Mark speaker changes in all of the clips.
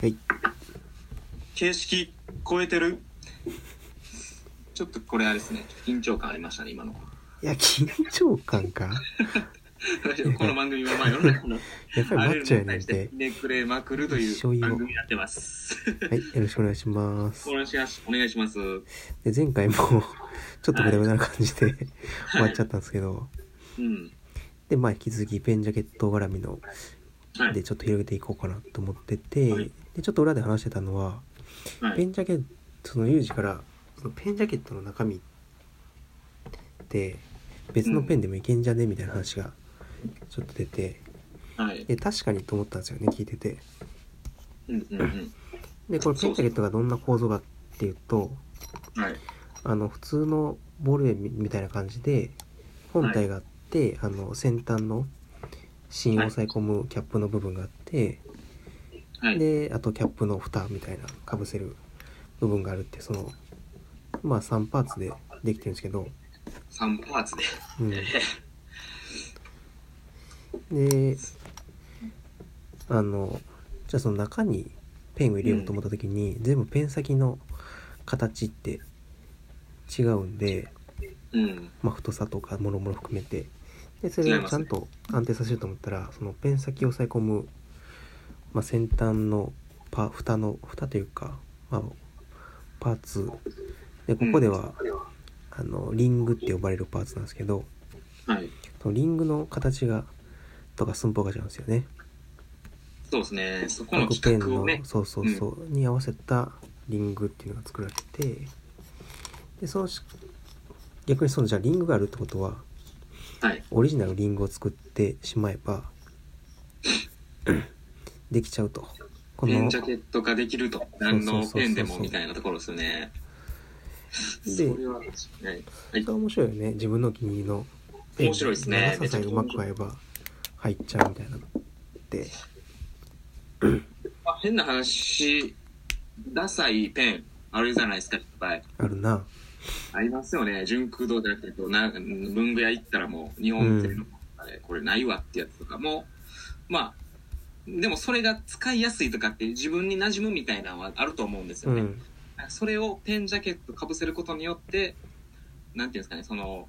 Speaker 1: はい。
Speaker 2: 形式超えてるちょっとこれあれですね。緊張感ありましたね、今の。
Speaker 1: いや、緊張感か。
Speaker 2: この番組はまあ世の中の
Speaker 1: やっぱり
Speaker 2: あ
Speaker 1: マ
Speaker 2: らゆ
Speaker 1: ッ
Speaker 2: る
Speaker 1: チョ
Speaker 2: もの
Speaker 1: や
Speaker 2: に
Speaker 1: ね
Speaker 2: 対
Speaker 1: ん
Speaker 2: して
Speaker 1: て
Speaker 2: ひ。ねくれまくるとい
Speaker 1: 一生言
Speaker 2: う
Speaker 1: おう
Speaker 2: 番組になってます。
Speaker 1: はい。よろしくお願いします
Speaker 2: お。願いします。お願いします。う
Speaker 1: で、前回も、ちょっとベタベタな感じで 終わっちゃったんですけど、
Speaker 2: ん。
Speaker 1: で、まあ、引き続きペンジャケット絡みの、
Speaker 2: は
Speaker 1: で、
Speaker 2: い。
Speaker 1: ちょっと広げていこうかなと思ってて
Speaker 2: はい、
Speaker 1: で、ちょっと裏で話してたのは、
Speaker 2: は
Speaker 1: ペ
Speaker 2: い。
Speaker 1: ンジャケット、そのユージから、そのペンジャケットの中身って、別のペンでもいけんじゃねみたいな話が、ちょっと出て、
Speaker 2: はい。
Speaker 1: で、確かにと思ったんですよね、聞いてて。
Speaker 2: うんうん
Speaker 1: でこれペンタケットがどんな構造かっていうと
Speaker 2: うん。はい。
Speaker 1: あの普通のボールペンみみたいな感じで本体があって、あの先端の芯を押さえ込むキャップの部分があって、
Speaker 2: はい。
Speaker 1: であとキャップの蓋みたいなかぶせる部分があるってそのまあ3パーツでできてるんですけど、
Speaker 2: 3パーツで。
Speaker 1: うん、 であのじゃあその中にペンを入れようと思った時に、全部ペン先の形って違うんで、
Speaker 2: うん。
Speaker 1: まあ、太さとかもろもろ含めてでそれをちゃんと安定させると思ったら、そのペン先を押さえ込む、まあ、先端のパ蓋の蓋というか、まあ、パーツでここでは、あのリングって呼ばれるパーツなんですけど
Speaker 2: はい。
Speaker 1: そのリングの形がとか寸法が違うんですよね。
Speaker 2: そうですね。そこの
Speaker 1: 各ペ
Speaker 2: 企
Speaker 1: ン
Speaker 2: 画を
Speaker 1: の、
Speaker 2: ね。
Speaker 1: そうそうそう、に合わせたリングっていうのが作られててでそのし逆にそのじゃあリングがあるってことは
Speaker 2: はい。
Speaker 1: オリジナルのリングを作ってしまえ ばできちゃうとこ
Speaker 2: ペ
Speaker 1: の
Speaker 2: ンジャケットができると。何のペンで
Speaker 1: そうそうそうそう
Speaker 2: もみたいなところですよね。そ
Speaker 1: で
Speaker 2: れは、はい。
Speaker 1: 本当は面白いよね自分のお気に入りの
Speaker 2: 面白いですね
Speaker 1: 長ささえうまく合えば入っちゃうみたいなのって
Speaker 2: まあ、変な話、ダサいペン、あるじゃないですか、いっぱい。
Speaker 1: あるな
Speaker 2: ありますよね。純空洞じゃなくて、こうな文具屋行ったらもう、日本製の、あれこれないわってやつとかも、まあ、でもそれが使いやすいとかって自分に馴染むみたいなのはあると思うんです
Speaker 1: う
Speaker 2: よね。
Speaker 1: ん
Speaker 2: それをペンジャケットかぶせることによって、なんていうんですかね、その、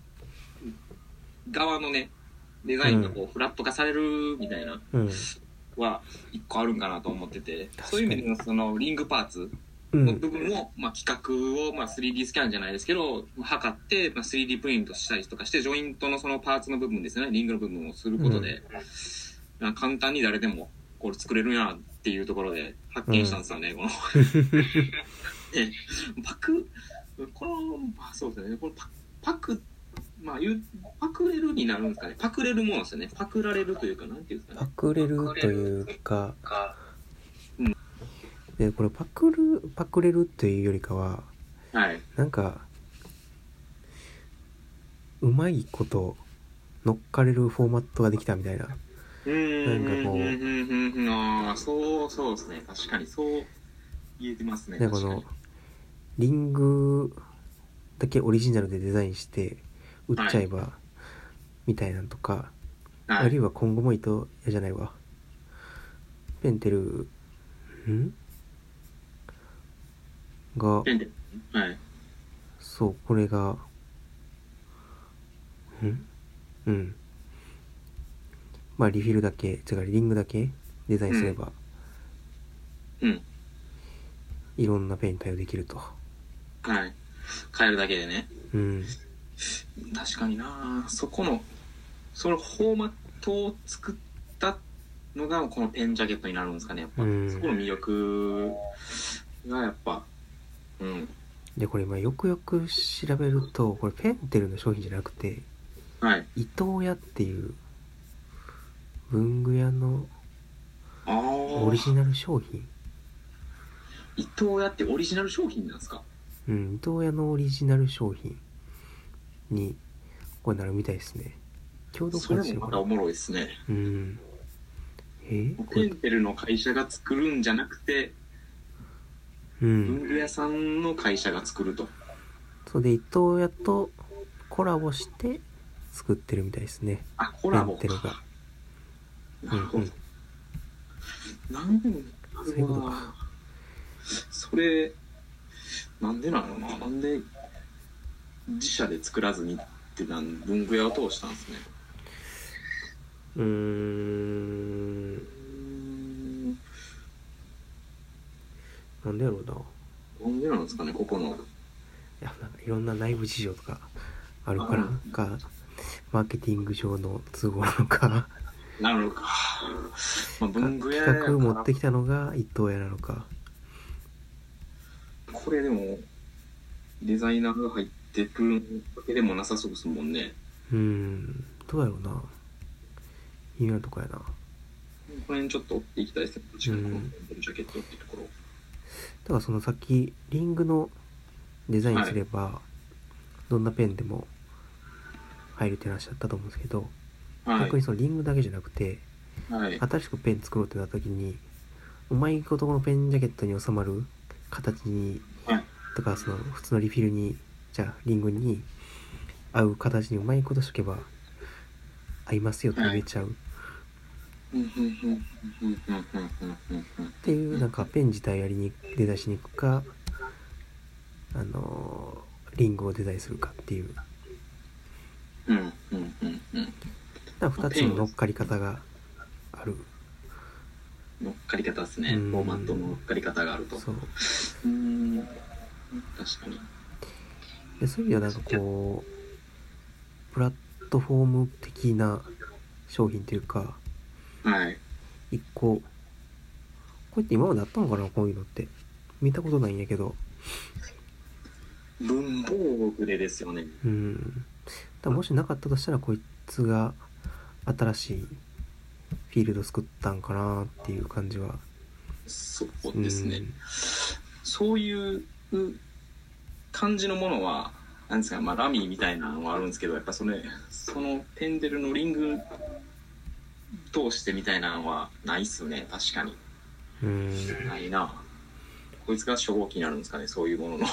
Speaker 2: 側のね、デザインがこう、フラット化されるみたいな。
Speaker 1: うん
Speaker 2: は一個あるんかなと思ってて
Speaker 1: 確かに
Speaker 2: そういう意味でのそのリングパーツ
Speaker 1: う
Speaker 2: の
Speaker 1: ん
Speaker 2: 部分を、まあ、企画を、まあ、3D スキャンじゃないですけど測って、まあ、3D プリントしたりとかしてジョイントのそのパーツの部分ですよねリングの部分をすることで、まあ簡単に誰でもこれ作れるなっていうところで発見したんですよね、このねパクこの、まあ、そうですねこのパパクまあ、言うパクれるになるんですかねパクれるものですよねパクられるというかなんていうんですか
Speaker 1: パ
Speaker 2: ね
Speaker 1: クれるというか
Speaker 2: か
Speaker 1: でこれパクるパクれるというよりかは
Speaker 2: はい
Speaker 1: なんかうまいこと乗っかれるフォーマットができたみたいな
Speaker 2: うん
Speaker 1: なんかこ
Speaker 2: う
Speaker 1: う
Speaker 2: んうんうんうんああそうそうですね確かにそう言えてますね
Speaker 1: なんかこ
Speaker 2: 確か
Speaker 1: の
Speaker 2: に
Speaker 1: リングだけオリジナルでデザインして売っちゃえば、みたいなんとか、
Speaker 2: は
Speaker 1: あ
Speaker 2: い
Speaker 1: るいは今後もいとやじゃないわペンテルんが
Speaker 2: ペンではい
Speaker 1: そうこれがんうんまあリフィルだけつまりリングだけデザインすれば、
Speaker 2: うん
Speaker 1: いろんなペンに対応できると
Speaker 2: はい変えるだけでね
Speaker 1: うん
Speaker 2: 確かになそこのそのフォーマットを作ったのがこのペンジャケットになるんですかねやっぱ、
Speaker 1: うん
Speaker 2: そこの魅力がやっぱうん
Speaker 1: でこれ今よくよく調べるとこれペンテルの商品じゃなくて
Speaker 2: はい
Speaker 1: 伊東屋っていう文具屋の
Speaker 2: あ
Speaker 1: オ
Speaker 2: あ
Speaker 1: リジナル商品
Speaker 2: 伊藤屋ってオリジナル商品なんですか
Speaker 1: うん、伊藤屋のオリジナル商品にこれなるみたいですね。共同
Speaker 2: そ
Speaker 1: 開
Speaker 2: れ
Speaker 1: 発
Speaker 2: もま
Speaker 1: か
Speaker 2: た
Speaker 1: な
Speaker 2: おもろいですね
Speaker 1: うん。えこ
Speaker 2: ペ
Speaker 1: れ
Speaker 2: ンテルの会社が作るんじゃなくて、
Speaker 1: う
Speaker 2: 文
Speaker 1: ん。
Speaker 2: 具屋さんの会社が作ると。
Speaker 1: それで伊藤屋とコラボして作ってるみたいですね。
Speaker 2: あ、コラボ
Speaker 1: ペンテルが
Speaker 2: か。
Speaker 1: う
Speaker 2: なんるほ
Speaker 1: う
Speaker 2: ど
Speaker 1: ん。。
Speaker 2: なんでも
Speaker 1: そういうことか
Speaker 2: それ、なんでなのな。なんで、自社で作らずにってなん、文具屋を通したんですね。
Speaker 1: うーん
Speaker 2: うーん
Speaker 1: なんでやろうな
Speaker 2: なんでなんですかね、ここの。
Speaker 1: いやなんかいろんな内部事情とかあるから
Speaker 2: うん
Speaker 1: かマーケティング上の都合なのか
Speaker 2: なるほどか。まあ、文
Speaker 1: 企
Speaker 2: 具屋やから
Speaker 1: 画持ってきたのが一等屋なのか
Speaker 2: これでも、デザイナーが入ってくるわけでもなさそうですもんね。
Speaker 1: うーんどうやろうな微妙なとこやな
Speaker 2: この辺ちょっと追っていきたいですね。時間
Speaker 1: うん
Speaker 2: のジャケットっていうところ。
Speaker 1: だからそのさっきリングのデザインすれば、どんなペンでも入るって話だったと思うんですけど、
Speaker 2: はい
Speaker 1: 逆。にそのリングだけじゃなくて
Speaker 2: はい。
Speaker 1: 新しくペン作ろうってなった時にうまいことこのペンジャケットに収まる形に、
Speaker 2: はい
Speaker 1: とかその普通のリフィルにじゃあリングに合う形にうまいことしとけば合いますよって言えちゃう、っ
Speaker 2: うんうんうんうんうんうんうんうんうん
Speaker 1: ていうなんかペン自体やりにデザインしに行くかあのーリングをデザインするかっていう
Speaker 2: うんうんうんうん
Speaker 1: だから2つの乗っかり方がある
Speaker 2: 乗っかり方ですね。
Speaker 1: うん
Speaker 2: フォーマットの乗っかり方があると。う
Speaker 1: そう
Speaker 2: ーん。確かに。
Speaker 1: でそういう意味ではなんかこうプラットフォーム的な商品というか
Speaker 2: はい。
Speaker 1: 一個こうやって今まであったのかなこういうのって見たことないんやけど
Speaker 2: 文房具でですよね。
Speaker 1: うんだからもしなかったとしたらこいつが新しいフィールド作ったんかなっていう感じは
Speaker 2: そう
Speaker 1: うん
Speaker 2: ですね。そういう感じのものは、なんですか、まあ、ラミーみたいなのはあるんですけど、やっぱそれ、そのペンデルのリング通してみたいなのはないっすね、確かに。
Speaker 1: うん
Speaker 2: ないな。こいつが初号機になるんですかね、そういうものの。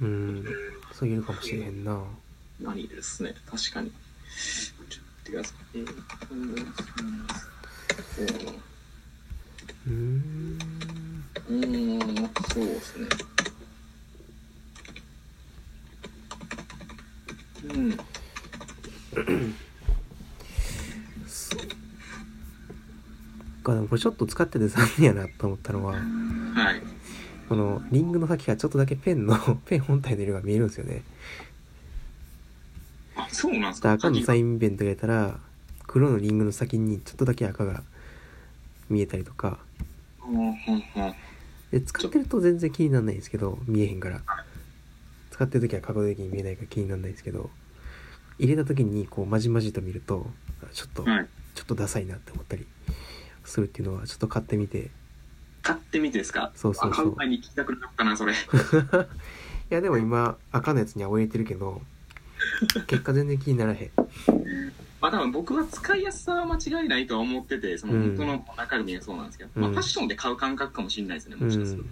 Speaker 1: うんそう言えるかもしれへんな
Speaker 2: 何ですね、確かに。ちょっと待ってください。えーうん
Speaker 1: うん
Speaker 2: うん、そうですね。うん。
Speaker 1: がでもこれちょっと使ってて残念やなと思ったのは
Speaker 2: はい。
Speaker 1: このリングの先がちょっとだけペンの ペン本体の色が見えるんですよね
Speaker 2: あ、そうなんですか。
Speaker 1: 赤のサ
Speaker 2: イ
Speaker 1: インイベント入れたら黒のリングの先にちょっとだけ赤が見えたりとかで使ってると全然気にならないんですけど見えへんから使ってる時は角度的に見えないから気にならないんですけど入れた時にこうまじまじと見るとちょっと、
Speaker 2: はい。
Speaker 1: ちょっとダサいなって思ったりするっていうのはちょっと買ってみて
Speaker 2: 買ってみてですか
Speaker 1: そうそうそう
Speaker 2: あ買う前に聞きたくなったな、それ。
Speaker 1: いやでも今赤のやつには入れてるけど結果全然気にならへん
Speaker 2: まあ多分僕は使いやすさは間違いないとは思ってて、その
Speaker 1: うん
Speaker 2: 本当の中身がそうなんですけど、まあ
Speaker 1: うん
Speaker 2: ファッションで買う感覚かもしれないですね、
Speaker 1: う
Speaker 2: もしかす
Speaker 1: ん
Speaker 2: ると。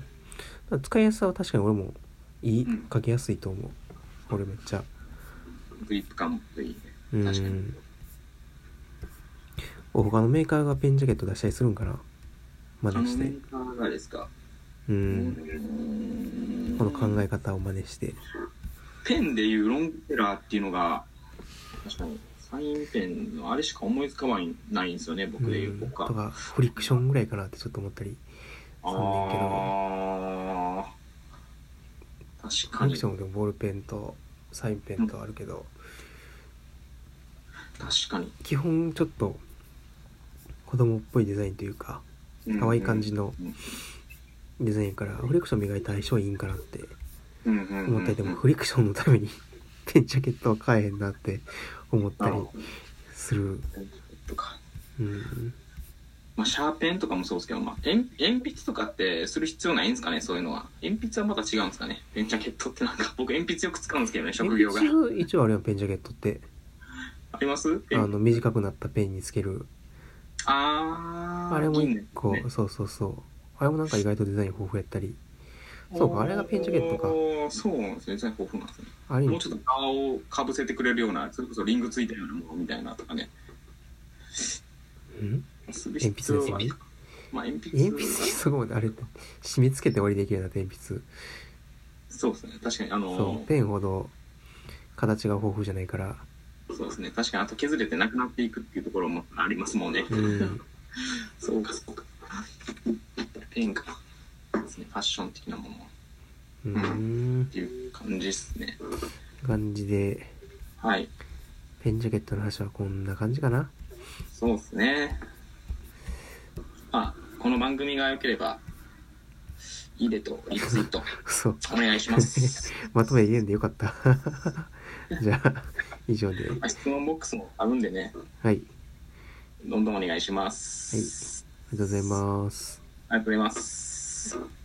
Speaker 1: まあ使いやすさは確かに俺もいい
Speaker 2: うん
Speaker 1: 書きやすいと思う俺めっちゃ
Speaker 2: グリップ感もいいね。
Speaker 1: うん
Speaker 2: 確かに。
Speaker 1: お他のメーカーがペンジャケット出したりするんかな
Speaker 2: あ
Speaker 1: 真
Speaker 2: の
Speaker 1: 似して
Speaker 2: メーカーがですか。
Speaker 1: う
Speaker 2: うんん
Speaker 1: この考え方を真似して
Speaker 2: ペンでいうロングセラーっていうのが、確かに、サインペンのあれしか思いつかないないんですよね、
Speaker 1: う
Speaker 2: 僕でいうんと
Speaker 1: と
Speaker 2: か。
Speaker 1: かフリクションぐらいかなってちょっと思ったり
Speaker 2: あ
Speaker 1: そうねんけど
Speaker 2: あー確
Speaker 1: フ
Speaker 2: か
Speaker 1: リク
Speaker 2: に
Speaker 1: ションでもボールペンとサインペンとあるけど
Speaker 2: 確かに
Speaker 1: 基本ちょっと子供っぽいデザインというか可愛い感じのデザインやからフリクション磨いた相性いいんかなって思
Speaker 2: 思
Speaker 1: ったりでもフリクションのために ペンジャケットは買えへんなって思ったりする
Speaker 2: とか
Speaker 1: うん
Speaker 2: まあシャーペンとかもそうですけど、まあ、鉛鉛筆とかってする必要ないんですかねそういうのは鉛筆はまた違うんですかねペンジャケットってなんか 僕鉛筆よく使うんですけどね職業が
Speaker 1: 鉛筆一応あれはペンジャケットって
Speaker 2: あります
Speaker 1: あの短くなったペンにつける
Speaker 2: あー
Speaker 1: あれも一個
Speaker 2: 銀ね
Speaker 1: そうそうそうあれもなんか意外とデザイン豊富やったりそうかあれがペンジャケットか
Speaker 2: おーそうなんですね全然豊富なんですね
Speaker 1: ある意
Speaker 2: もう
Speaker 1: 味
Speaker 2: ちょっと顔をかぶせてくれるようなそれこそリングついたようなものみたいなとかね
Speaker 1: うん
Speaker 2: する必要は
Speaker 1: 鉛筆ですよね
Speaker 2: まあ、鉛筆
Speaker 1: 鉛筆そこまであれって締め付けて終わりできるような鉛筆
Speaker 2: そうですね。確かに、あ
Speaker 1: そ
Speaker 2: の
Speaker 1: うペンほど形が豊富じゃないから
Speaker 2: そうですね。確かに、あと削れてなくなっていくっていうところもありますもんね。
Speaker 1: うん
Speaker 2: そうか、そうか。ペンか。ですね。ファッション的なものっ
Speaker 1: うん
Speaker 2: ていう感じですね。
Speaker 1: 感じで
Speaker 2: はい。
Speaker 1: ペンジャケットの話はこんな感じかな
Speaker 2: そうですね。まあ、この番組が良ければ、いいでと、リツイート、
Speaker 1: そう
Speaker 2: お願いし ます。
Speaker 1: まとめ言えんでよかった じゃあ以上で
Speaker 2: まあ質問ボックスもあるんでね、
Speaker 1: はいあり
Speaker 2: どんどんお願いします。
Speaker 1: がとうございます
Speaker 2: ありがとうございます。